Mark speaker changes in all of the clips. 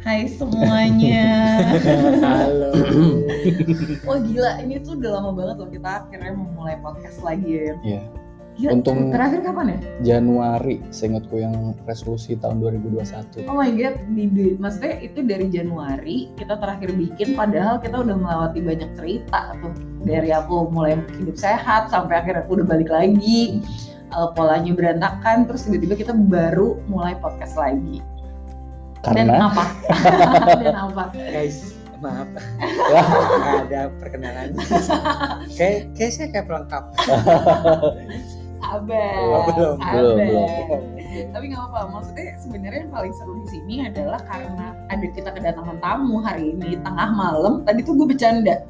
Speaker 1: Hai semuanya.
Speaker 2: Halo.
Speaker 1: Wah gila, ini tuh udah lama banget loh kita akhirnya memulai podcast lagi ya.
Speaker 2: Iya.
Speaker 1: Gila,
Speaker 2: Untung-
Speaker 1: terakhir kapan ya?
Speaker 2: Januari, seingatku yang resolusi tahun 2021.
Speaker 1: Oh my god, di, di- maksudnya itu dari Januari kita terakhir bikin padahal kita udah melewati banyak cerita tuh. Dari aku mulai hidup sehat sampai akhirnya aku udah balik lagi. eh, polanya berantakan terus tiba-tiba kita baru mulai podcast lagi.
Speaker 2: Karena
Speaker 1: Dan apa? Dan apa?
Speaker 3: guys maaf Ya.
Speaker 2: Wah.
Speaker 3: nggak ada perkenalan kayak kayak saya kayak pelengkap
Speaker 1: Sabar.
Speaker 3: Oh, belum,
Speaker 2: belum, belum.
Speaker 1: sabar. tapi nggak apa maksudnya sebenarnya yang paling seru di sini adalah karena ada kita kedatangan tamu hari ini tengah malam tadi tuh gue bercanda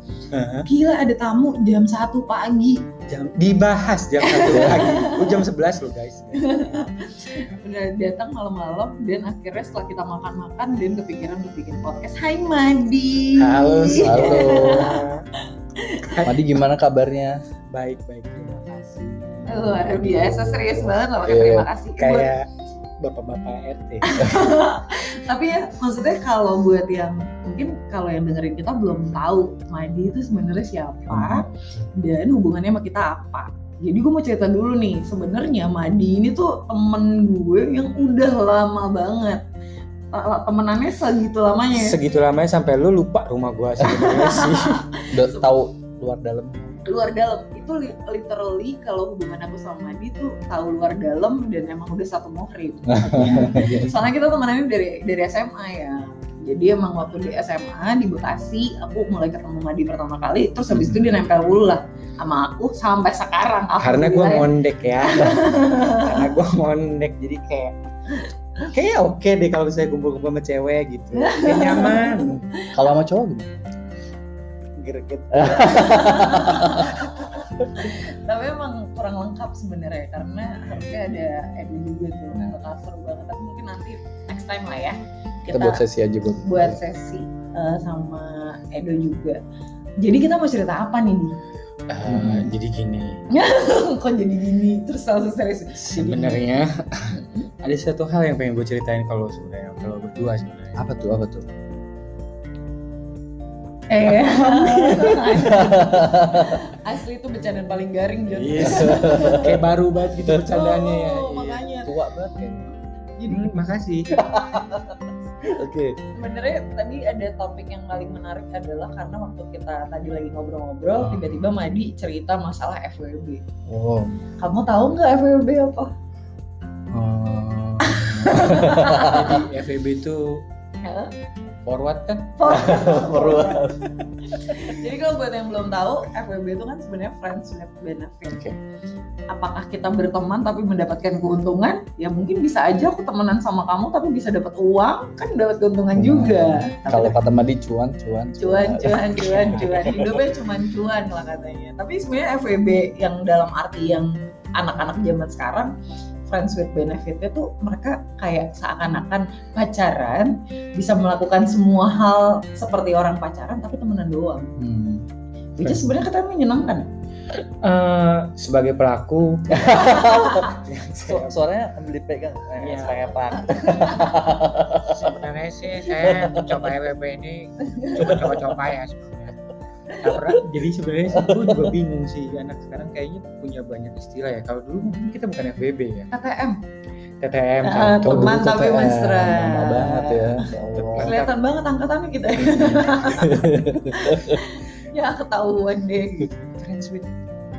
Speaker 1: gila ada tamu jam 1 pagi
Speaker 3: jam dibahas jam satu pagi Gua jam 11 loh guys
Speaker 1: udah datang malam-malam dan akhirnya setelah kita makan-makan dan kepikiran untuk bikin podcast Hai Madi
Speaker 3: halo
Speaker 2: Halo.
Speaker 3: Hai.
Speaker 2: Madi gimana kabarnya?
Speaker 3: baik baik terima kasih
Speaker 1: luar biasa serius banget loh pakai
Speaker 2: Iya,
Speaker 1: terima kasih Buat-
Speaker 3: kayak bapak-bapak RT
Speaker 1: tapi ya maksudnya kalau buat yang mungkin kalau yang dengerin kita belum tahu Madi itu sebenarnya siapa dan hubungannya sama kita apa jadi gue mau cerita dulu nih sebenarnya Madi ini tuh temen gue yang udah lama banget Ta- temenannya segitu lamanya ya.
Speaker 3: segitu lamanya sampai lu lupa rumah gua sebenarnya sih
Speaker 2: Udah tahu luar dalam.
Speaker 1: luar dalam itu li- literally kalau hubungan aku sama Madi tuh tahu luar dalam dan emang udah satu muhrim
Speaker 3: Iya.
Speaker 1: soalnya kita temenannya dari dari SMA ya jadi emang waktu di SMA di Bekasi aku mulai ketemu Madi pertama kali terus habis itu dia nempel dulu lah sama aku sampai sekarang
Speaker 3: Hmm. karena gua
Speaker 1: Alhamdulillah
Speaker 3: ngondek ya karena gua ngondek jadi kayak kayak oke deh kalau saya kumpul-kumpul sama cewek gitu kayak nyaman
Speaker 2: Kalau sama cowok gimana?
Speaker 3: greget
Speaker 1: ya. tapi emang kurang lengkap sebenarnya karena harusnya ada Edu juga tuh bakal seru banget tapi mungkin nanti next time lah ya
Speaker 2: Kita buat sesi aja buat.
Speaker 1: buat sesi eh, sama Edo juga jadi kita mau cerita apa nih Di?
Speaker 2: Eh,
Speaker 3: jadi gini
Speaker 1: kok jadi gini terus langsung serius
Speaker 3: sebenarnya ada satu hal yang pengen gue ceritain kalau sebenarnya kalau berdua sebenarnya
Speaker 2: Apa tuh? Apa tuh?
Speaker 1: eh asli itu bercandaan paling garing Jon.
Speaker 3: Yes. kayak baru banget gitu bercandaannya
Speaker 1: Oh,
Speaker 3: ya Iya.
Speaker 1: makanya
Speaker 2: Tua banget ya. kayaknya.
Speaker 1: jadi
Speaker 3: Hmm, makasih
Speaker 2: Oke.
Speaker 1: sebenarnya tadi ada topik yang paling menarik adalah karena waktu kita tadi lagi ngobrol-ngobrol
Speaker 2: Hmm.
Speaker 1: tiba-tiba Madi cerita masalah FWB
Speaker 2: Oh.
Speaker 1: kamu tahu nggak FWB apa
Speaker 2: eh,
Speaker 3: jadi FEB itu
Speaker 1: Hah?
Speaker 3: forward kan
Speaker 2: Perlu.
Speaker 1: Jadi kalau buat yang belum tahu, FWB itu kan sebenarnya friends with benefit.
Speaker 2: Oke.
Speaker 1: Apakah kita berteman tapi mendapatkan keuntungan? Ya mungkin bisa aja aku temenan sama kamu tapi bisa dapat uang, kan dapat keuntungan
Speaker 2: Hmm.
Speaker 1: juga. Tapi
Speaker 2: Kalau kata Madi cuan, cuan,
Speaker 1: cuan,
Speaker 3: Iya.
Speaker 1: cuan, cuan, cuan. Hidupnya cuma cuan lah katanya. Tapi sebenarnya FWB yang dalam arti yang anak-anak zaman sekarang friends with benefitnya tuh mereka kayak seakan-akan pacaran bisa melakukan semua hal seperti orang pacaran tapi temenan doang.
Speaker 2: Hmm.
Speaker 1: Which is sebenarnya katanya menyenangkan.
Speaker 3: Eh, sebagai pelaku
Speaker 2: So, suaranya ambil dipegang. Eh,
Speaker 3: Iya.
Speaker 2: Saya apa?
Speaker 3: sebenarnya sih saya mencoba FEB ini cuma coba-coba ya sebenarnya Nah, pernah- jadi sebenarnya gue juga bingung sih anak sekarang kayaknya punya banyak istilah ya kalau dulu mungkin kita bukan FBB ya
Speaker 1: KTM
Speaker 3: TTM
Speaker 1: Ah,
Speaker 2: Oh,
Speaker 3: satu.
Speaker 1: teman tapi
Speaker 2: TTM,
Speaker 1: mesra.
Speaker 2: eh, Lama banget ya. Ya Allah.
Speaker 1: kelihatan banget angkatannya kita. ya ketahuan deh.
Speaker 3: friends with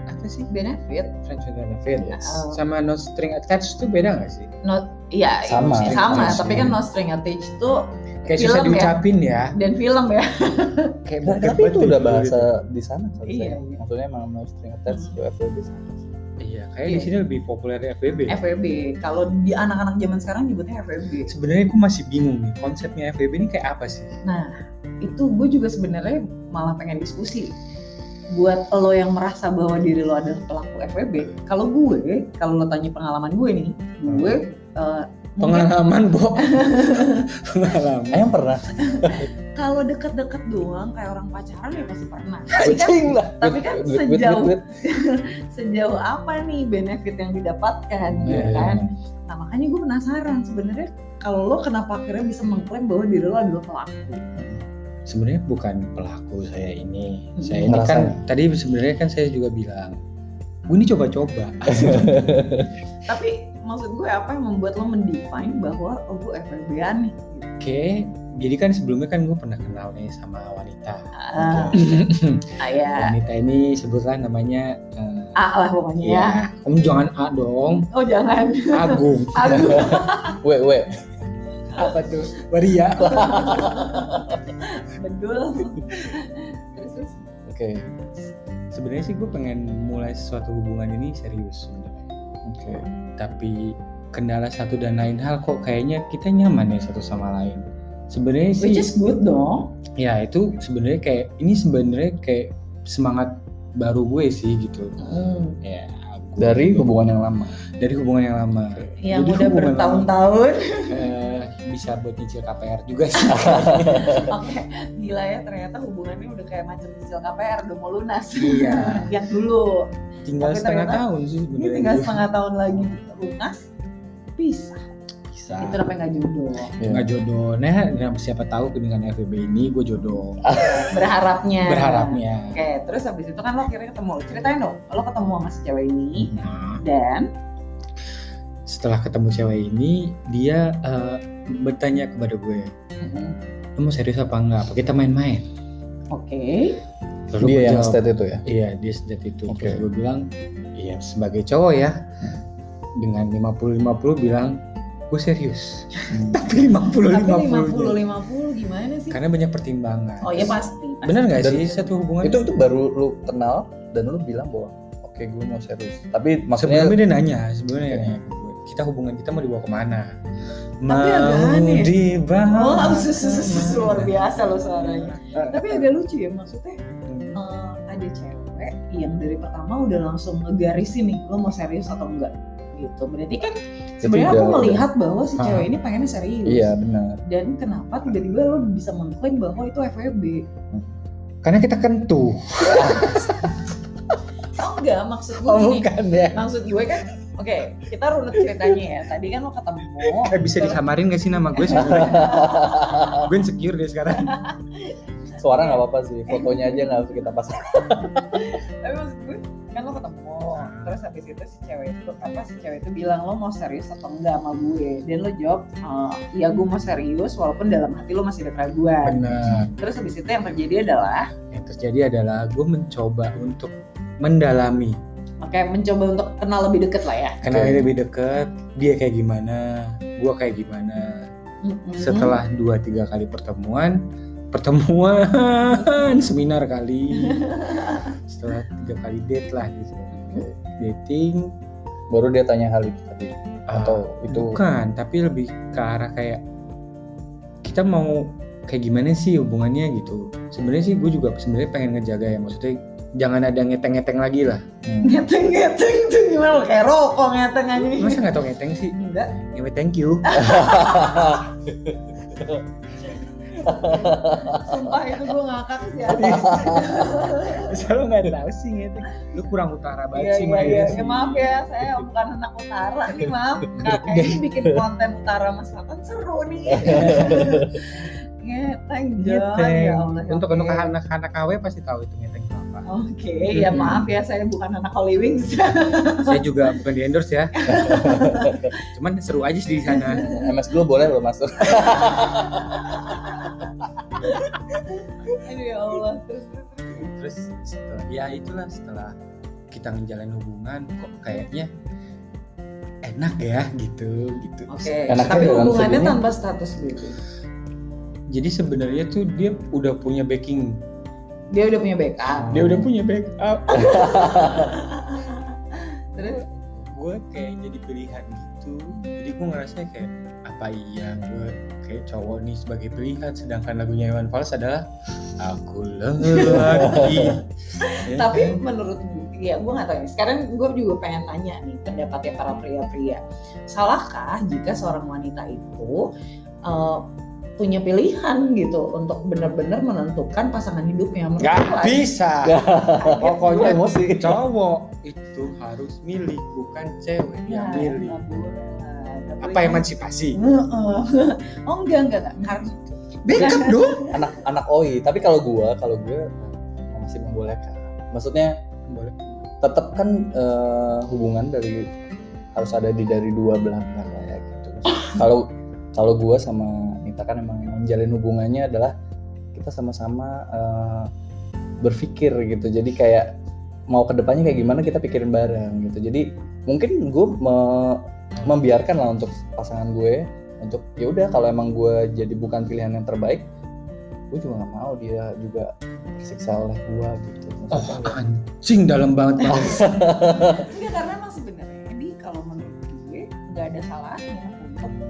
Speaker 3: apa sih
Speaker 1: Benefit?
Speaker 3: friends with benefit
Speaker 2: Yes.
Speaker 3: sama no string attached tuh beda nggak sih
Speaker 1: Not, ya
Speaker 2: Sama.
Speaker 1: ya, sama.
Speaker 2: String
Speaker 1: Tapi kan
Speaker 2: attached.
Speaker 1: no string attached tuh
Speaker 3: kayak
Speaker 1: Film
Speaker 3: susah
Speaker 1: ya?
Speaker 3: diucapin ya,
Speaker 1: dan film ya.
Speaker 3: kayak
Speaker 2: Nah,
Speaker 3: bokep
Speaker 2: tapi itu
Speaker 3: banget
Speaker 2: udah
Speaker 3: gitu.
Speaker 2: bahasa di sana kali
Speaker 1: Iya, Hmm.
Speaker 2: saya.
Speaker 1: iya.
Speaker 2: Maksudnya emang no string attached to FWB sama sih.
Speaker 3: iya kayak
Speaker 1: Iya.
Speaker 3: di sini lebih populer FBB
Speaker 1: FWB. Kalau di anak-anak zaman sekarang nyebutnya FWB.
Speaker 3: sebenarnya gue masih bingung nih konsepnya FBB ini kayak apa sih
Speaker 1: Nah, itu gue juga sebenarnya malah pengen diskusi buat lo yang merasa bahwa diri
Speaker 2: Hmm.
Speaker 1: lo adalah pelaku FWB kalau gue kalau lo tanya pengalaman gue nih gue eh, Mungkin
Speaker 3: pengalaman Bob pengalaman
Speaker 2: Ayam pernah.
Speaker 1: kalau deket-deket doang kayak orang pacaran ya pasti pernah. Tapi kan
Speaker 2: Kucing lah.
Speaker 1: tapi kan
Speaker 2: Duit, duit, duit,
Speaker 1: sejauh-
Speaker 2: duit.
Speaker 1: Kan sejauh apa nih benefit yang didapatkan
Speaker 2: Iya,
Speaker 1: ya
Speaker 2: iya.
Speaker 1: kan? Nah makanya gue penasaran sebenarnya kalau lo kenapa akhirnya bisa mengklaim bahwa diri lo adalah pelaku?
Speaker 3: sebenarnya bukan pelaku saya ini
Speaker 1: Hmm.
Speaker 3: saya ini kan
Speaker 2: Ngerasanya.
Speaker 3: tadi sebenarnya kan saya juga bilang gue ini coba-coba
Speaker 1: Tapi maksud gue apa yang membuat lo mendefine bahwa oh gue FWB-an nih? Gitu.
Speaker 3: oke jadi kan sebelumnya kan gue pernah kenal nih sama wanita
Speaker 1: Ah, ah, ya.
Speaker 3: wanita ini sebutlah namanya eh,
Speaker 1: Ah lah pokoknya ya.
Speaker 3: ya kamu jangan A dong
Speaker 1: Oh jangan.
Speaker 3: Agung
Speaker 1: Aduh.
Speaker 2: Weh, weh.
Speaker 3: apa tuh Waria
Speaker 1: Bedul. Terus, terus.
Speaker 2: Oke.
Speaker 3: sebenarnya sih gue pengen mulai suatu hubungan ini serius sebenarnya
Speaker 2: Oke.
Speaker 3: tapi kendala satu dan lain hal kok kayaknya kita nyaman ya satu sama lain sebenarnya sih
Speaker 1: Which is good dong.
Speaker 3: ya itu sebenarnya kayak ini sebenarnya kayak semangat baru gue sih gitu ya aku-
Speaker 2: Dari hubungan yang lama.
Speaker 3: dari hubungan yang lama
Speaker 1: Yang
Speaker 3: Jadi
Speaker 1: udah
Speaker 3: hubungan
Speaker 1: bertahun-tahun.
Speaker 3: eh, bisa buat nyicil KPR juga sih
Speaker 1: Oke, gila ya ternyata hubungannya udah kayak macam cicil KPR udah mau lunas.
Speaker 3: iya
Speaker 1: Yang dulu.
Speaker 3: tinggal
Speaker 1: Tapi
Speaker 3: setengah
Speaker 1: ternyata-
Speaker 3: tahun sih
Speaker 1: Ini
Speaker 3: sebenarnya
Speaker 1: tinggal
Speaker 3: gue.
Speaker 1: setengah tahun lagi lunas, pisah.
Speaker 2: Bisa.
Speaker 1: Itu namanya nggak jodoh.
Speaker 2: Iya.
Speaker 3: nggak jodoh nah dan siapa tahu dengan FVB ini gue jodoh
Speaker 1: Berharapnya.
Speaker 3: berharapnya
Speaker 1: Oke, terus habis itu kan lo akhirnya ketemu. Ceritain dong, lo ketemu sama si cewek ini
Speaker 3: nah
Speaker 1: dan
Speaker 3: setelah ketemu cewek ini dia eh, bertanya kepada gue "Lu mau serius apa enggak apa kita main-main
Speaker 1: oke,
Speaker 3: Lalu gue
Speaker 2: Dia yang
Speaker 3: jawab,
Speaker 2: state itu ya.
Speaker 3: Iya dia sedat itu
Speaker 2: Oke.
Speaker 3: Terus gue bilang Iya sebagai cowok ya Dengan 50-50 bilang Gue serius
Speaker 2: Hmm.
Speaker 3: Tapi 50-50
Speaker 1: tapi 50 50 gimana sih?
Speaker 3: Karena banyak pertimbangan
Speaker 1: Oh ya pasti. pasti.
Speaker 3: Bener gak
Speaker 2: Dan-
Speaker 3: sih satu hubungan
Speaker 2: Itu itu baru lu kenal dan lu bilang bahwa oke gue mau serius. Tapi maksudnya
Speaker 3: Sebelumnya dia nanya Sebelumnya dia
Speaker 2: Oke.
Speaker 3: nanya ke gue, Kita hubungan kita mau dibawa kemana
Speaker 1: Tapi agak aneh.
Speaker 3: dibawa
Speaker 1: Oh, sus- sus- sus- sus- luar
Speaker 3: kemana?
Speaker 1: biasa lo suaranya. Tapi agak lucu ya maksudnya. eh, ada cewek yang dari pertama udah langsung ngegarisin nih lo mau serius atau enggak gitu berarti kan sebenarnya aku
Speaker 2: udah-
Speaker 1: melihat bahwa si
Speaker 3: Ah.
Speaker 1: cewek ini pengennya serius
Speaker 2: ya. Iya benar.
Speaker 1: dan kenapa tiba-tiba lo bisa mengklaim bahwa itu FWB
Speaker 3: Karena kita kentu
Speaker 1: oh enggak maksud gue
Speaker 3: Oh
Speaker 1: gini
Speaker 3: bukan ya
Speaker 1: maksud gue kan oke kita runut ceritanya ya tadi kan lo ketemu
Speaker 3: Kayak Eh, bisa
Speaker 1: terus-
Speaker 3: disamarin gak sih nama gue sebenarnya? gue insecure deh sekarang
Speaker 2: Suara nggak apa-apa sih. Fotonya aja nggak harus kita pasang.
Speaker 1: tapi maksud gue kan lo ketemu terus habis itu si cewek itu apa si cewek itu bilang lo mau serius atau enggak sama gue dan lo jawab "Eh, ya gue mau serius walaupun dalam hati lo masih ada keraguan
Speaker 3: Bener
Speaker 1: terus habis itu yang terjadi adalah
Speaker 3: yang terjadi adalah gue mencoba untuk mendalami
Speaker 1: oke mencoba untuk kenal lebih deket lah ya
Speaker 3: kenal
Speaker 2: Oke.
Speaker 3: lebih deket dia kayak gimana gue kayak gimana
Speaker 1: Mm-mm.
Speaker 3: setelah dua tiga kali pertemuan pertemuan seminar kali setelah tiga kali date lah gitu dating
Speaker 2: Baru dia tanya hal itu tadi.
Speaker 3: ah,
Speaker 2: Atau itu
Speaker 3: bukan tapi lebih ke arah kayak kita mau kayak gimana sih hubungannya gitu sebenarnya sih gue juga sebenarnya pengen ngejaga ya maksudnya jangan ada ngeteng-ngeteng lagi lah
Speaker 2: hmm,
Speaker 1: ngeteng ngeteng tuh gimana lo kayak rokok ngeteng aja
Speaker 3: masa nggak tau ngeteng sih
Speaker 1: enggak
Speaker 3: anyway thank you
Speaker 1: sumpah itu gue ngakak sih
Speaker 3: Selalu nggak tahu sih gitu. Lu kurang utara
Speaker 1: Iya,
Speaker 3: banget sih
Speaker 1: iya,
Speaker 3: Maya.
Speaker 1: iya.
Speaker 3: sih.
Speaker 1: Ya, maaf ya, saya bukan anak utara nih, maaf. Kakak ini bikin konten utara mas Selatan seru nih. Ngeteng,
Speaker 3: Gitu.
Speaker 1: Jon. ya Allah.
Speaker 3: Untuk
Speaker 1: oke.
Speaker 3: untuk anak-anak KW pasti tahu itu ngeteng itu apa.
Speaker 1: Oke, ya
Speaker 3: Mm-mm.
Speaker 1: maaf ya, saya bukan anak Holy Wings.
Speaker 3: Saya juga bukan di endorse ya. Cuman seru aja sih di sana.
Speaker 2: MS dulu boleh loh masuk.
Speaker 1: Aduh ya Allah. Terus, terus, terus.
Speaker 3: Terus setelah ya itulah setelah kita ngejalanin hubungan kok kayaknya enak ya gitu gitu.
Speaker 1: Oke,
Speaker 2: Enaknya
Speaker 1: tapi
Speaker 2: dalam
Speaker 1: hubungannya
Speaker 3: ya.
Speaker 2: segini.
Speaker 1: tanpa status gitu.
Speaker 3: Jadi sebenarnya tuh dia udah punya backing.
Speaker 1: Dia udah punya backup.
Speaker 3: Dia udah punya backup.
Speaker 1: Terus,
Speaker 3: gue gue kayak jadi pilihan gitu jadi gue ngerasa kayak apa iya gue kayak cowok nih sebagai pilihan sedangkan lagunya Iwan Fals adalah aku lelaki Ya
Speaker 1: tapi
Speaker 3: kan?
Speaker 1: menurut gue- ya gue nggak tahu ya sekarang gue juga pengen tanya nih pendapatnya para pria-pria salahkah jika seorang wanita itu eh, punya pilihan gitu untuk benar-benar menentukan pasangan hidupnya menurut
Speaker 3: nggak
Speaker 1: lu,
Speaker 3: bisa
Speaker 1: Wan?
Speaker 2: Gue
Speaker 3: pokoknya
Speaker 2: emosi.
Speaker 3: cowok itu harus milih bukan cewek
Speaker 1: Ya,
Speaker 3: yang milih
Speaker 1: nggak boleh lah. Nggak
Speaker 3: apa
Speaker 1: boleh.
Speaker 3: emansipasi
Speaker 1: Heeh. oh enggak enggak enggak Karena-
Speaker 3: backup dong
Speaker 2: anak anak oi tapi kalau gua kalau gua masih membolehkan maksudnya
Speaker 3: boleh
Speaker 2: tetap kan eh, hubungan dari harus ada di dari dua belah pihak lah ya gitu. Kalau kalau gue sama Nita kan emang yang menjalin hubungannya adalah kita sama-sama eh, berpikir gitu. Jadi kayak mau kedepannya kayak gimana kita pikirin bareng gitu. Jadi mungkin gue membiarkan lah untuk pasangan gue untuk ya udah kalau emang gue jadi bukan pilihan yang terbaik gue juga nggak mau dia juga tersiksa oleh gue gitu
Speaker 3: oh anjing dalam banget Bang.
Speaker 1: Enggak karena emang sebenarnya jadi kalau menurut gue nggak ada salahnya untuk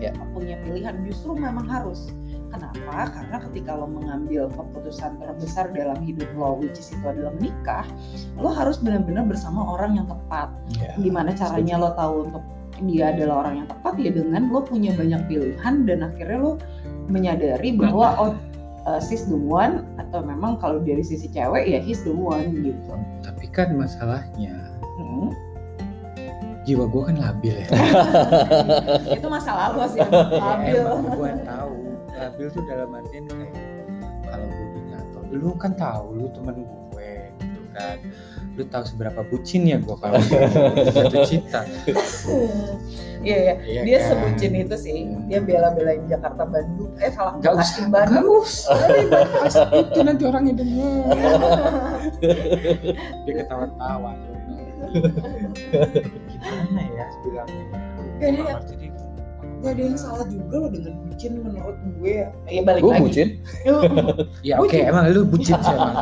Speaker 2: Ya.
Speaker 1: punya pilihan justru memang harus. Kenapa? Karena ketika lo mengambil keputusan terbesar dalam hidup lo, which is itu adalah menikah, lo harus benar-benar bersama orang yang tepat.
Speaker 2: Ya.
Speaker 1: Gimana caranya lo tahu untuk dia adalah orang yang tepat ya dengan lo punya banyak pilihan dan akhirnya lo menyadari bahwa oh uh, sis the one atau memang kalau dari sisi cewek ya he's the one gitu.
Speaker 3: tapi kan masalahnya
Speaker 1: Mm.
Speaker 3: jiwa gue kan labil ya
Speaker 1: itu masalah lo sih
Speaker 3: Iya,
Speaker 1: labil
Speaker 3: emang gue tahu labil tuh dalam artian kayak kalau gue diatur lu kan tahu lu temen gue gitu kan lu tahu seberapa bucin ya gue kalau jatuh cinta
Speaker 1: iya iya
Speaker 3: Iya
Speaker 1: dia
Speaker 3: kan?
Speaker 1: sebutin itu sih dia bela-belain Jakarta Bandung eh salah
Speaker 3: Nggak
Speaker 1: Bekasi,
Speaker 3: usah, nggak
Speaker 1: Bandung
Speaker 3: usah. Pas itu nanti orangnya denger. Dia ketawa-tawa. Gimana ya bilangnya?
Speaker 1: Nggak ada yang-
Speaker 3: Jadi,
Speaker 1: gak ada yang salah juga lo dengan bucin menurut gue ya ya balik
Speaker 2: gue
Speaker 1: lagi
Speaker 2: bucin
Speaker 3: Ya oke,
Speaker 1: Bucin.
Speaker 3: emang lu bucin sih emang.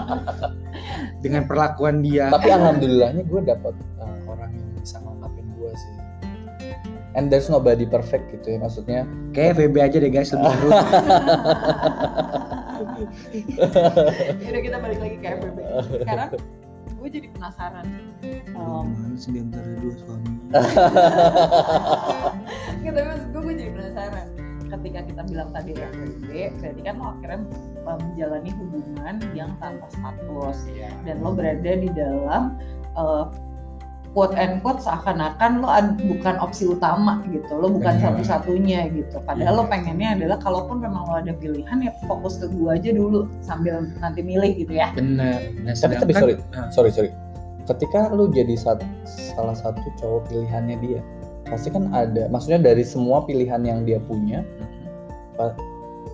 Speaker 3: Dengan perlakuan dia.
Speaker 2: tapi alhamdulillahnya gue dapet uh, orang yang bisa ngangkapin gue sih and there's nobody perfect gitu ya maksudnya
Speaker 3: Oke, VB aja deh guys lebih seru.
Speaker 1: udah kita balik lagi ke FBB sekarang gue jadi penasaran Um,
Speaker 3: sedih antara dua suami.
Speaker 1: Nggak, tapi maksud gue, gue jadi penasaran ketika kita bilang tadi FWB berarti kan lo akhirnya um, menjalani hubungan yang tanpa status
Speaker 3: Iya.
Speaker 1: dan lo berada di dalam uh, quote and quote seakan-akan lo ad- bukan opsi utama gitu lo bukan
Speaker 3: Benar.
Speaker 1: satu-satunya gitu padahal
Speaker 3: Iya.
Speaker 1: lo pengennya adalah kalaupun memang lo ada pilihan ya fokus ke gua aja dulu sambil nanti milih gitu ya
Speaker 3: Benar. Nah,
Speaker 2: Tapi- tapi
Speaker 3: sedangkan-
Speaker 2: sorry.
Speaker 3: Nah,
Speaker 2: sorry sorry ketika lu jadi sat- salah satu cowok pilihannya dia pasti kan ada maksudnya dari semua pilihan yang dia punya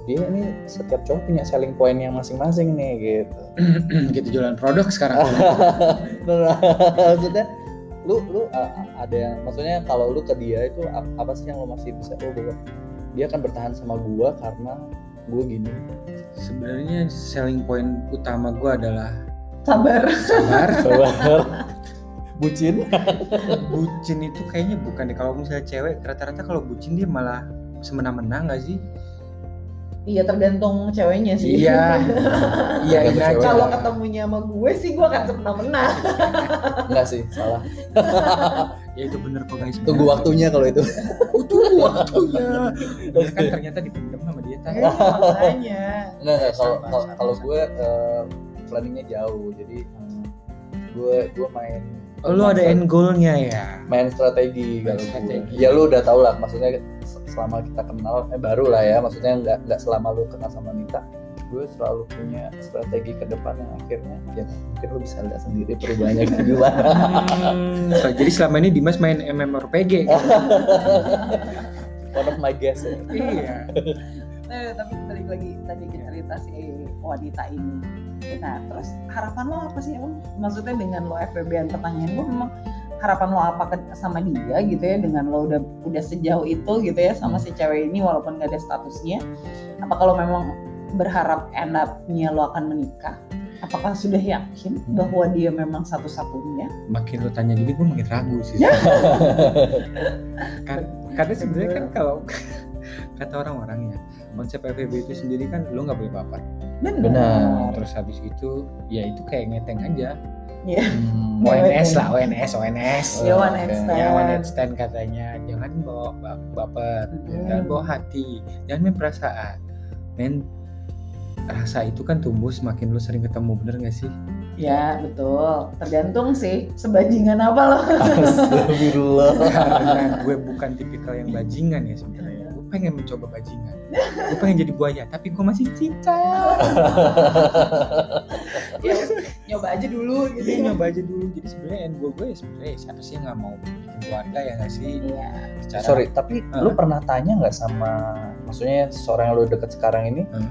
Speaker 2: dia ini setiap cowok punya selling point yang masing-masing nih gitu
Speaker 3: gitu jualan produk sekarang.
Speaker 2: Beneran. maksudnya lu lu uh, ada yang maksudnya kalau lu ke dia itu ap- apa sih yang lu masih bisa oh bahwa dia akan bertahan sama gua karena gua gini
Speaker 3: Sebenarnya selling point utama gue adalah
Speaker 1: sabar
Speaker 3: sabar,
Speaker 2: bucin
Speaker 3: bucin itu kayaknya bukan deh kalau misalnya cewek rata-rata kalau bucin dia malah semena-mena nggak sih
Speaker 1: iya tergantung ceweknya sih
Speaker 3: iya
Speaker 2: Tergantung
Speaker 3: iya aja.
Speaker 2: cewek.
Speaker 1: kalau ketemunya sama gue sih gue akan semena-mena
Speaker 2: enggak sih salah
Speaker 3: ya itu bener kok guys
Speaker 2: tunggu waktunya kalau itu
Speaker 3: Oh, tunggu waktunya Bener kan ternyata dipendam sama dia tadi
Speaker 1: Eh, makanya
Speaker 2: enggak enggak kalau
Speaker 3: Sabar,
Speaker 2: kalau-
Speaker 3: sabar,
Speaker 2: kalau gue eh, planningnya jauh jadi eh, gue gue main
Speaker 3: oh, lu ada end goalnya ya
Speaker 2: main strategi
Speaker 3: Main
Speaker 2: kalau gue.
Speaker 3: strategi.
Speaker 2: ya lu udah tau lah maksudnya se- selama kita kenal eh baru lah ya maksudnya nggak nggak selama lu kenal sama Nita gue selalu punya strategi ke depan yang akhirnya ya mungkin lu bisa lihat sendiri perubahannya kayak gimana
Speaker 3: Hmm, so, jadi selama ini Dimas main MMORPG
Speaker 2: Iya.
Speaker 3: kan?
Speaker 2: one of my guess ya.
Speaker 3: iya
Speaker 1: Eh, tapi balik lagi tadi ke cerita si wanita ini. Nah, terus harapan lo apa sih Om? Maksudnya dengan lo FBB pertanyaan gue memang harapan lo apa ke- sama dia gitu ya dengan lo udah udah sejauh itu gitu ya sama si cewek ini walaupun gak ada statusnya. Apa kalau memang berharap end up-nya lo akan menikah? apakah sudah yakin bahwa dia memang satu-satunya?
Speaker 3: makin lu tanya gini gue makin ragu sih
Speaker 1: Ya.
Speaker 3: Kar- karena sebenarnya kan kalau kata orang-orang ya konsep FVB itu sendiri kan lu nggak boleh baper
Speaker 2: Benar.
Speaker 3: terus habis itu ya itu kayak ngeteng aja
Speaker 2: Hmm.
Speaker 1: Ngeteng.
Speaker 3: ONS lah ONS ONS
Speaker 2: Iya.
Speaker 1: Ya one night
Speaker 2: Oke.
Speaker 1: stand.
Speaker 3: ya one night stand katanya jangan bawa ba- baper jangan
Speaker 1: Hmm.
Speaker 3: bawa hati jangan main perasaan main rasa itu kan tumbuh semakin lu sering ketemu bener gak sih
Speaker 1: Ya betul. Tergantung sih sebajingan apa lo.
Speaker 2: Astagfirullah.
Speaker 3: karena gue bukan tipikal yang bajingan ya sebenarnya gue pengen mencoba bajingan gue pengen jadi buaya tapi gue masih cinta
Speaker 1: Ya, nyoba aja dulu gitu.
Speaker 3: jadi nyoba aja dulu jadi sebenarnya yang gue gue ya sebenarnya siapa sih yang nggak mau bikin keluarga ya nggak sih
Speaker 1: Iya.
Speaker 3: Secara-
Speaker 2: Sorry, tapi
Speaker 3: Hah?
Speaker 2: lu pernah tanya nggak sama maksudnya seorang yang lu deket sekarang ini?
Speaker 3: Hmm.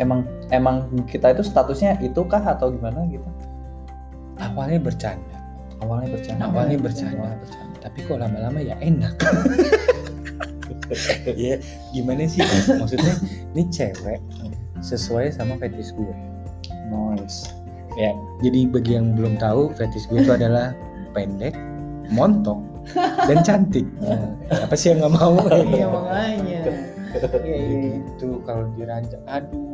Speaker 2: Emang emang kita itu statusnya itu kah atau gimana gitu?
Speaker 3: awalnya bercanda
Speaker 2: Awalnya bercanda.
Speaker 3: Awalnya bercanda.
Speaker 2: Awalnya bercanda.
Speaker 3: tapi kok lama-lama ya enak ya gimana sih maksudnya ini cewek sesuai sama fetish gue
Speaker 2: Noise.
Speaker 3: ya jadi bagi yang belum tahu fetish gue itu adalah pendek montok dan cantik
Speaker 2: Nah,
Speaker 3: apa sih yang nggak mau
Speaker 1: Iya makanya. Iya iya. iya.
Speaker 3: itu Gitu, kalau dirancang aduh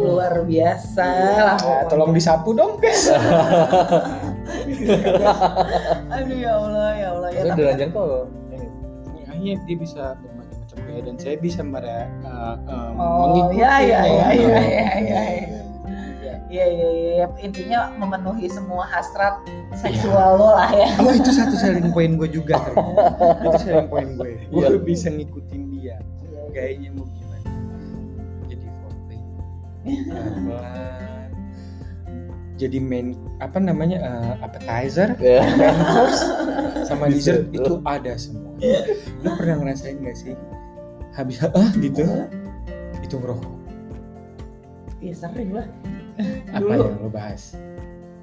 Speaker 1: Luar biasa lah.
Speaker 3: Ah, tolong disapu dong guys
Speaker 1: Aduh ya Allah ya Allah ya.
Speaker 2: itu
Speaker 1: tapi-
Speaker 2: diranjang tuh. ini.
Speaker 3: akhirnya Ya, iya, dia bisa berbagai macam gaya dan saya bisa mereka eh,
Speaker 1: Oh ya ya ya ya ya ya.
Speaker 3: ya.
Speaker 1: Iya iya iya. Intinya memenuhi semua hasrat seksual lo lah ya.
Speaker 3: Oh itu satu selling point gue juga ternyata. Itu selling point gue Gue
Speaker 2: Iya.
Speaker 3: bisa ngikutin dia Gayanya mau gimana Jadi foreplay Pelan Jadi main Apa namanya eh, Appetizer
Speaker 2: Ya.
Speaker 3: Main course Sama
Speaker 2: Dessert.
Speaker 3: dessert Itu ada semua Lu pernah ngerasain gak sih Habis ah gitu Itu ngerokok
Speaker 1: Iya sering lah.
Speaker 3: Apa
Speaker 1: Dulu.
Speaker 3: yang lo bahas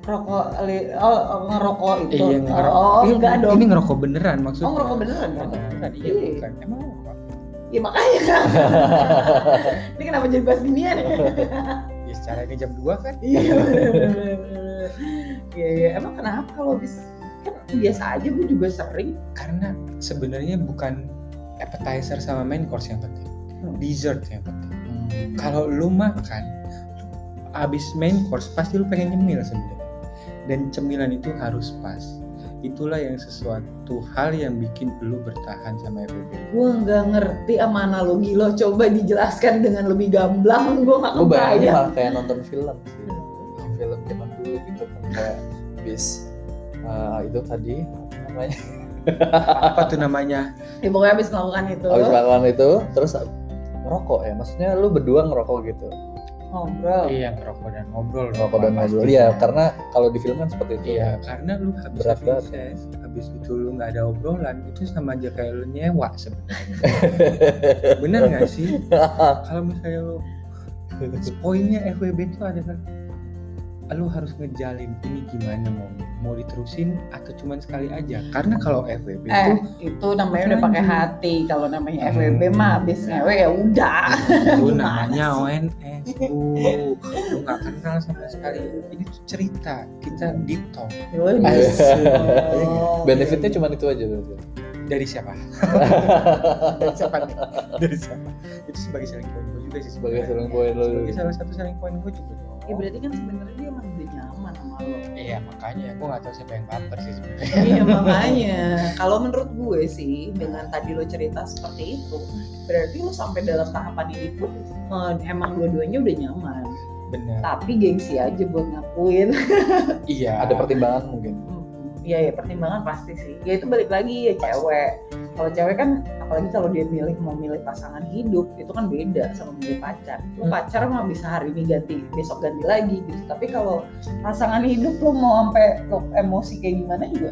Speaker 1: Rokok li- oh, oh, ngerokok itu.
Speaker 3: Iya, ngerokok.
Speaker 1: Oh,
Speaker 3: Ini-
Speaker 1: enggak dong.
Speaker 3: Ini ngerokok beneran maksudnya
Speaker 1: Oh ngerokok beneran dong.
Speaker 3: Ngerokok beneran Iya
Speaker 1: Iya.
Speaker 3: bukan Emang ngerokok
Speaker 1: Iya makanya. ini kenapa jadi bahas ginian ya?
Speaker 3: Ya secara ini jam 2 kan
Speaker 1: Iya. bener-bener. Iya iya. Emang kenapa kalau bis kan biasa aja gue juga sering.
Speaker 3: karena sebenarnya bukan appetizer sama main course yang penting
Speaker 1: Hmm.
Speaker 3: dessert yang penting
Speaker 2: Hmm.
Speaker 3: kalau lu makan abis main course pasti lu pengen nyemil sebenarnya dan cemilan itu harus pas itulah yang sesuatu hal yang bikin lu bertahan sama FBB
Speaker 1: Gue nggak ngerti sama analogi lo. Coba dijelaskan dengan lebih gamblang. Gue nggak
Speaker 2: gue bayangin
Speaker 1: kebayang.
Speaker 2: malah kayak nonton film sih Kayak iya. film zaman dulu gitu kan kayak bis eh, itu tadi apa namanya
Speaker 3: apa tuh namanya
Speaker 1: Ya, pokoknya abis melakukan itu
Speaker 2: habis makanan itu terus ngerokok ya maksudnya lu berdua ngerokok gitu
Speaker 1: ngobrol.
Speaker 3: iya ngerokok dan ngobrol
Speaker 2: ngerokok dan
Speaker 3: Pasti.
Speaker 2: ngobrol ya karena kalau di film kan seperti itu
Speaker 3: Iya, karena lu habis
Speaker 2: Berat banget.
Speaker 3: sukses, habis itu lu nggak ada obrolan, itu sama aja kayak lu nyewa sebenarnya. Bener nggak sih? Kalau misalnya lu
Speaker 2: ya.
Speaker 3: poinnya FWB itu adalah kan? lu harus ngejalin ini gimana mau mau diterusin atau cuman sekali aja. Karena kalau FWB itu
Speaker 1: Eh, itu namanya udah pakai hati. Kalau namanya FWB
Speaker 3: Hmm.
Speaker 1: mah abis ngewe ya udah.
Speaker 3: itu
Speaker 1: Gimana
Speaker 3: namanya
Speaker 1: sih?
Speaker 3: ONS bu lu nggak kenal sama sekali ini tuh cerita kita deep talk
Speaker 1: Ya
Speaker 3: Iya. Oh,
Speaker 2: benefitnya cuma itu aja tuh
Speaker 3: dari siapa? dari siapa nih? Dari siapa? Itu sebagai selling point gue juga sih
Speaker 2: sebagai film
Speaker 3: sebenarnya.
Speaker 2: poin lu
Speaker 3: sebagai salah satu selling point gue juga. dong.
Speaker 1: Iya,
Speaker 4: Ya berarti kan sebenarnya dia emang udah nyaman sama lo.
Speaker 3: Iya makanya gue gak tahu siapa yang baper sih sebenarnya.
Speaker 4: Iya
Speaker 1: makanya kalau menurut gue sih dengan tadi lo cerita seperti itu berarti lo sampai dalam tahapan ini pun eh, emang dua-duanya udah nyaman
Speaker 3: Bener.
Speaker 1: tapi gengsi aja buat ngakuin
Speaker 3: Iya.
Speaker 2: ada pertimbangan mungkin
Speaker 1: Iya ya pertimbangan pasti sih ya itu balik lagi ya cewek kalau cewek kan apalagi kalau dia milih mau milih pasangan hidup itu kan beda sama milih pacar lo
Speaker 3: Hmm.
Speaker 1: pacar mah bisa hari ini ganti besok ganti lagi gitu tapi kalau pasangan hidup lo mau sampai lo emosi kayak gimana juga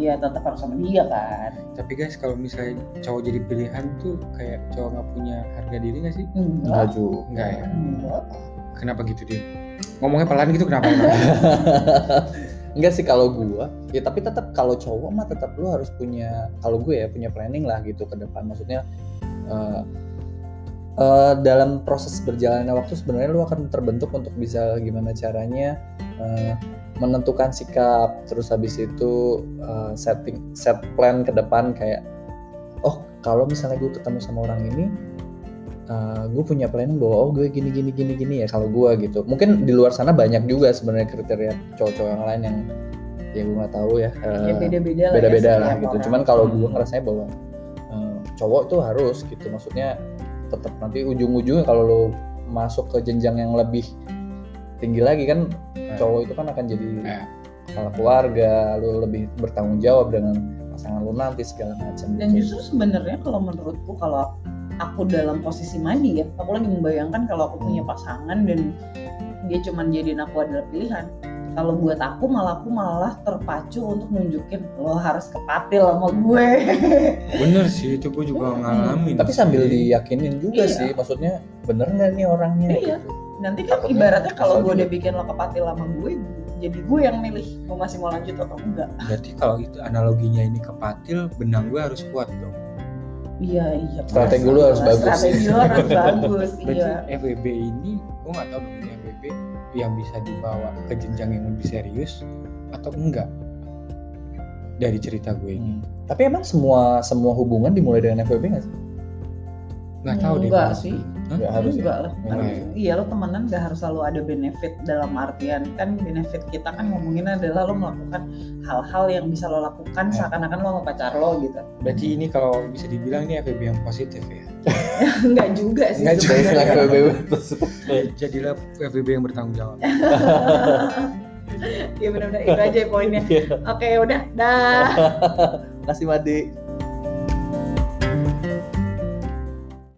Speaker 1: ya tetap harus sama dia kan
Speaker 3: Tapi guys kalau misalnya cowok jadi pilihan tuh kayak cowok gak punya harga diri gak sih?
Speaker 1: Enggak.
Speaker 2: enggak juga
Speaker 3: Enggak ya.
Speaker 1: Enggak.
Speaker 3: Kenapa gitu dia? Ngomongnya pelan gitu kenapa?
Speaker 2: Enggak sih kalau gua, ya tapi tetap kalau cowok mah tetap lu harus punya kalau gue ya punya planning lah gitu ke depan. Maksudnya eh, eh, dalam proses berjalannya waktu sebenarnya lu akan terbentuk untuk bisa gimana caranya eh, menentukan sikap terus habis itu eh, setting set plan ke depan kayak oh kalau misalnya gue ketemu sama orang ini gue punya planning bahwa oh gue gini gini gini gini ya kalau gue gitu mungkin di luar sana banyak juga sebenarnya kriteria cowok-cowok yang lain yang ya gue nggak tahu ya
Speaker 1: ya
Speaker 2: eh,
Speaker 1: beda-beda lah
Speaker 2: beda-beda
Speaker 1: ya,
Speaker 2: lah
Speaker 1: setiap
Speaker 2: gitu.
Speaker 1: orang.
Speaker 2: Cuman kalau
Speaker 3: Hmm.
Speaker 2: gue ngerasanya bahwa eh, cowok tuh harus gitu, maksudnya tetap nanti ujung-ujungnya kalau lo masuk ke jenjang yang lebih tinggi lagi kan
Speaker 1: Hmm.
Speaker 3: Eh.
Speaker 2: cowok itu kan akan jadi
Speaker 3: Eh.
Speaker 2: kepala keluarga, lo lebih bertanggung jawab dengan pasangan lo nanti segala macam. gitu.
Speaker 1: dan justru sebenarnya kalau menurutku kalau aku dalam posisi mandi ya aku lagi membayangkan kalau aku punya pasangan dan dia cuman jadiin aku adalah pilihan kalau buat aku malah aku malah terpacu untuk nunjukin lo harus kepatil sama gue
Speaker 3: bener sih itu gue juga
Speaker 1: Hmm.
Speaker 3: ngalamin
Speaker 2: Tapi sambil
Speaker 3: sih.
Speaker 2: diyakinin juga
Speaker 1: Iya.
Speaker 2: sih, maksudnya bener nggak nih orangnya?
Speaker 1: Iya.
Speaker 2: gitu.
Speaker 1: nanti kan
Speaker 2: Takutnya
Speaker 1: ibaratnya kalau gue
Speaker 2: kesal juga.
Speaker 1: udah bikin lo kepatil sama gue jadi gue yang milih gue masih mau lanjut atau enggak
Speaker 3: berarti kalau itu analoginya ini ke patil benang gue harus kuat dong
Speaker 1: iya iya
Speaker 2: Strategi
Speaker 1: pasti.
Speaker 2: lu harus bagus.
Speaker 1: strategi lo harus bagus iya
Speaker 3: berarti FBB ini gue nggak tahu dong ini FBB yang bisa dibawa ke jenjang yang lebih serius atau enggak dari cerita gue
Speaker 2: Hmm.
Speaker 3: ini
Speaker 2: Tapi emang semua semua hubungan dimulai dengan FWB nggak sih?
Speaker 3: nggak tahu deh
Speaker 1: Enggak
Speaker 3: gua.
Speaker 1: sih.
Speaker 3: Hah?
Speaker 2: Nggak harus ya?
Speaker 1: enggak lah
Speaker 2: Enggak
Speaker 1: harus.
Speaker 3: ya?
Speaker 1: iya lo temenan gak harus selalu ada benefit dalam artian kan benefit kita kan ngomongin adalah lo melakukan hal-hal yang bisa lo lakukan
Speaker 3: Ya.
Speaker 1: seakan-akan lo sama pacar lo gitu
Speaker 3: berarti ini kalau bisa dibilang nih FBB yang positif ya
Speaker 1: enggak juga sih
Speaker 3: Enggak juga.
Speaker 2: Dari
Speaker 1: sebenarnya.
Speaker 2: selain FWB.
Speaker 3: jadilah FBB yang bertanggung jawab
Speaker 1: iya benar-benar itu aja poinnya oke udah dah
Speaker 2: Kasih Madi.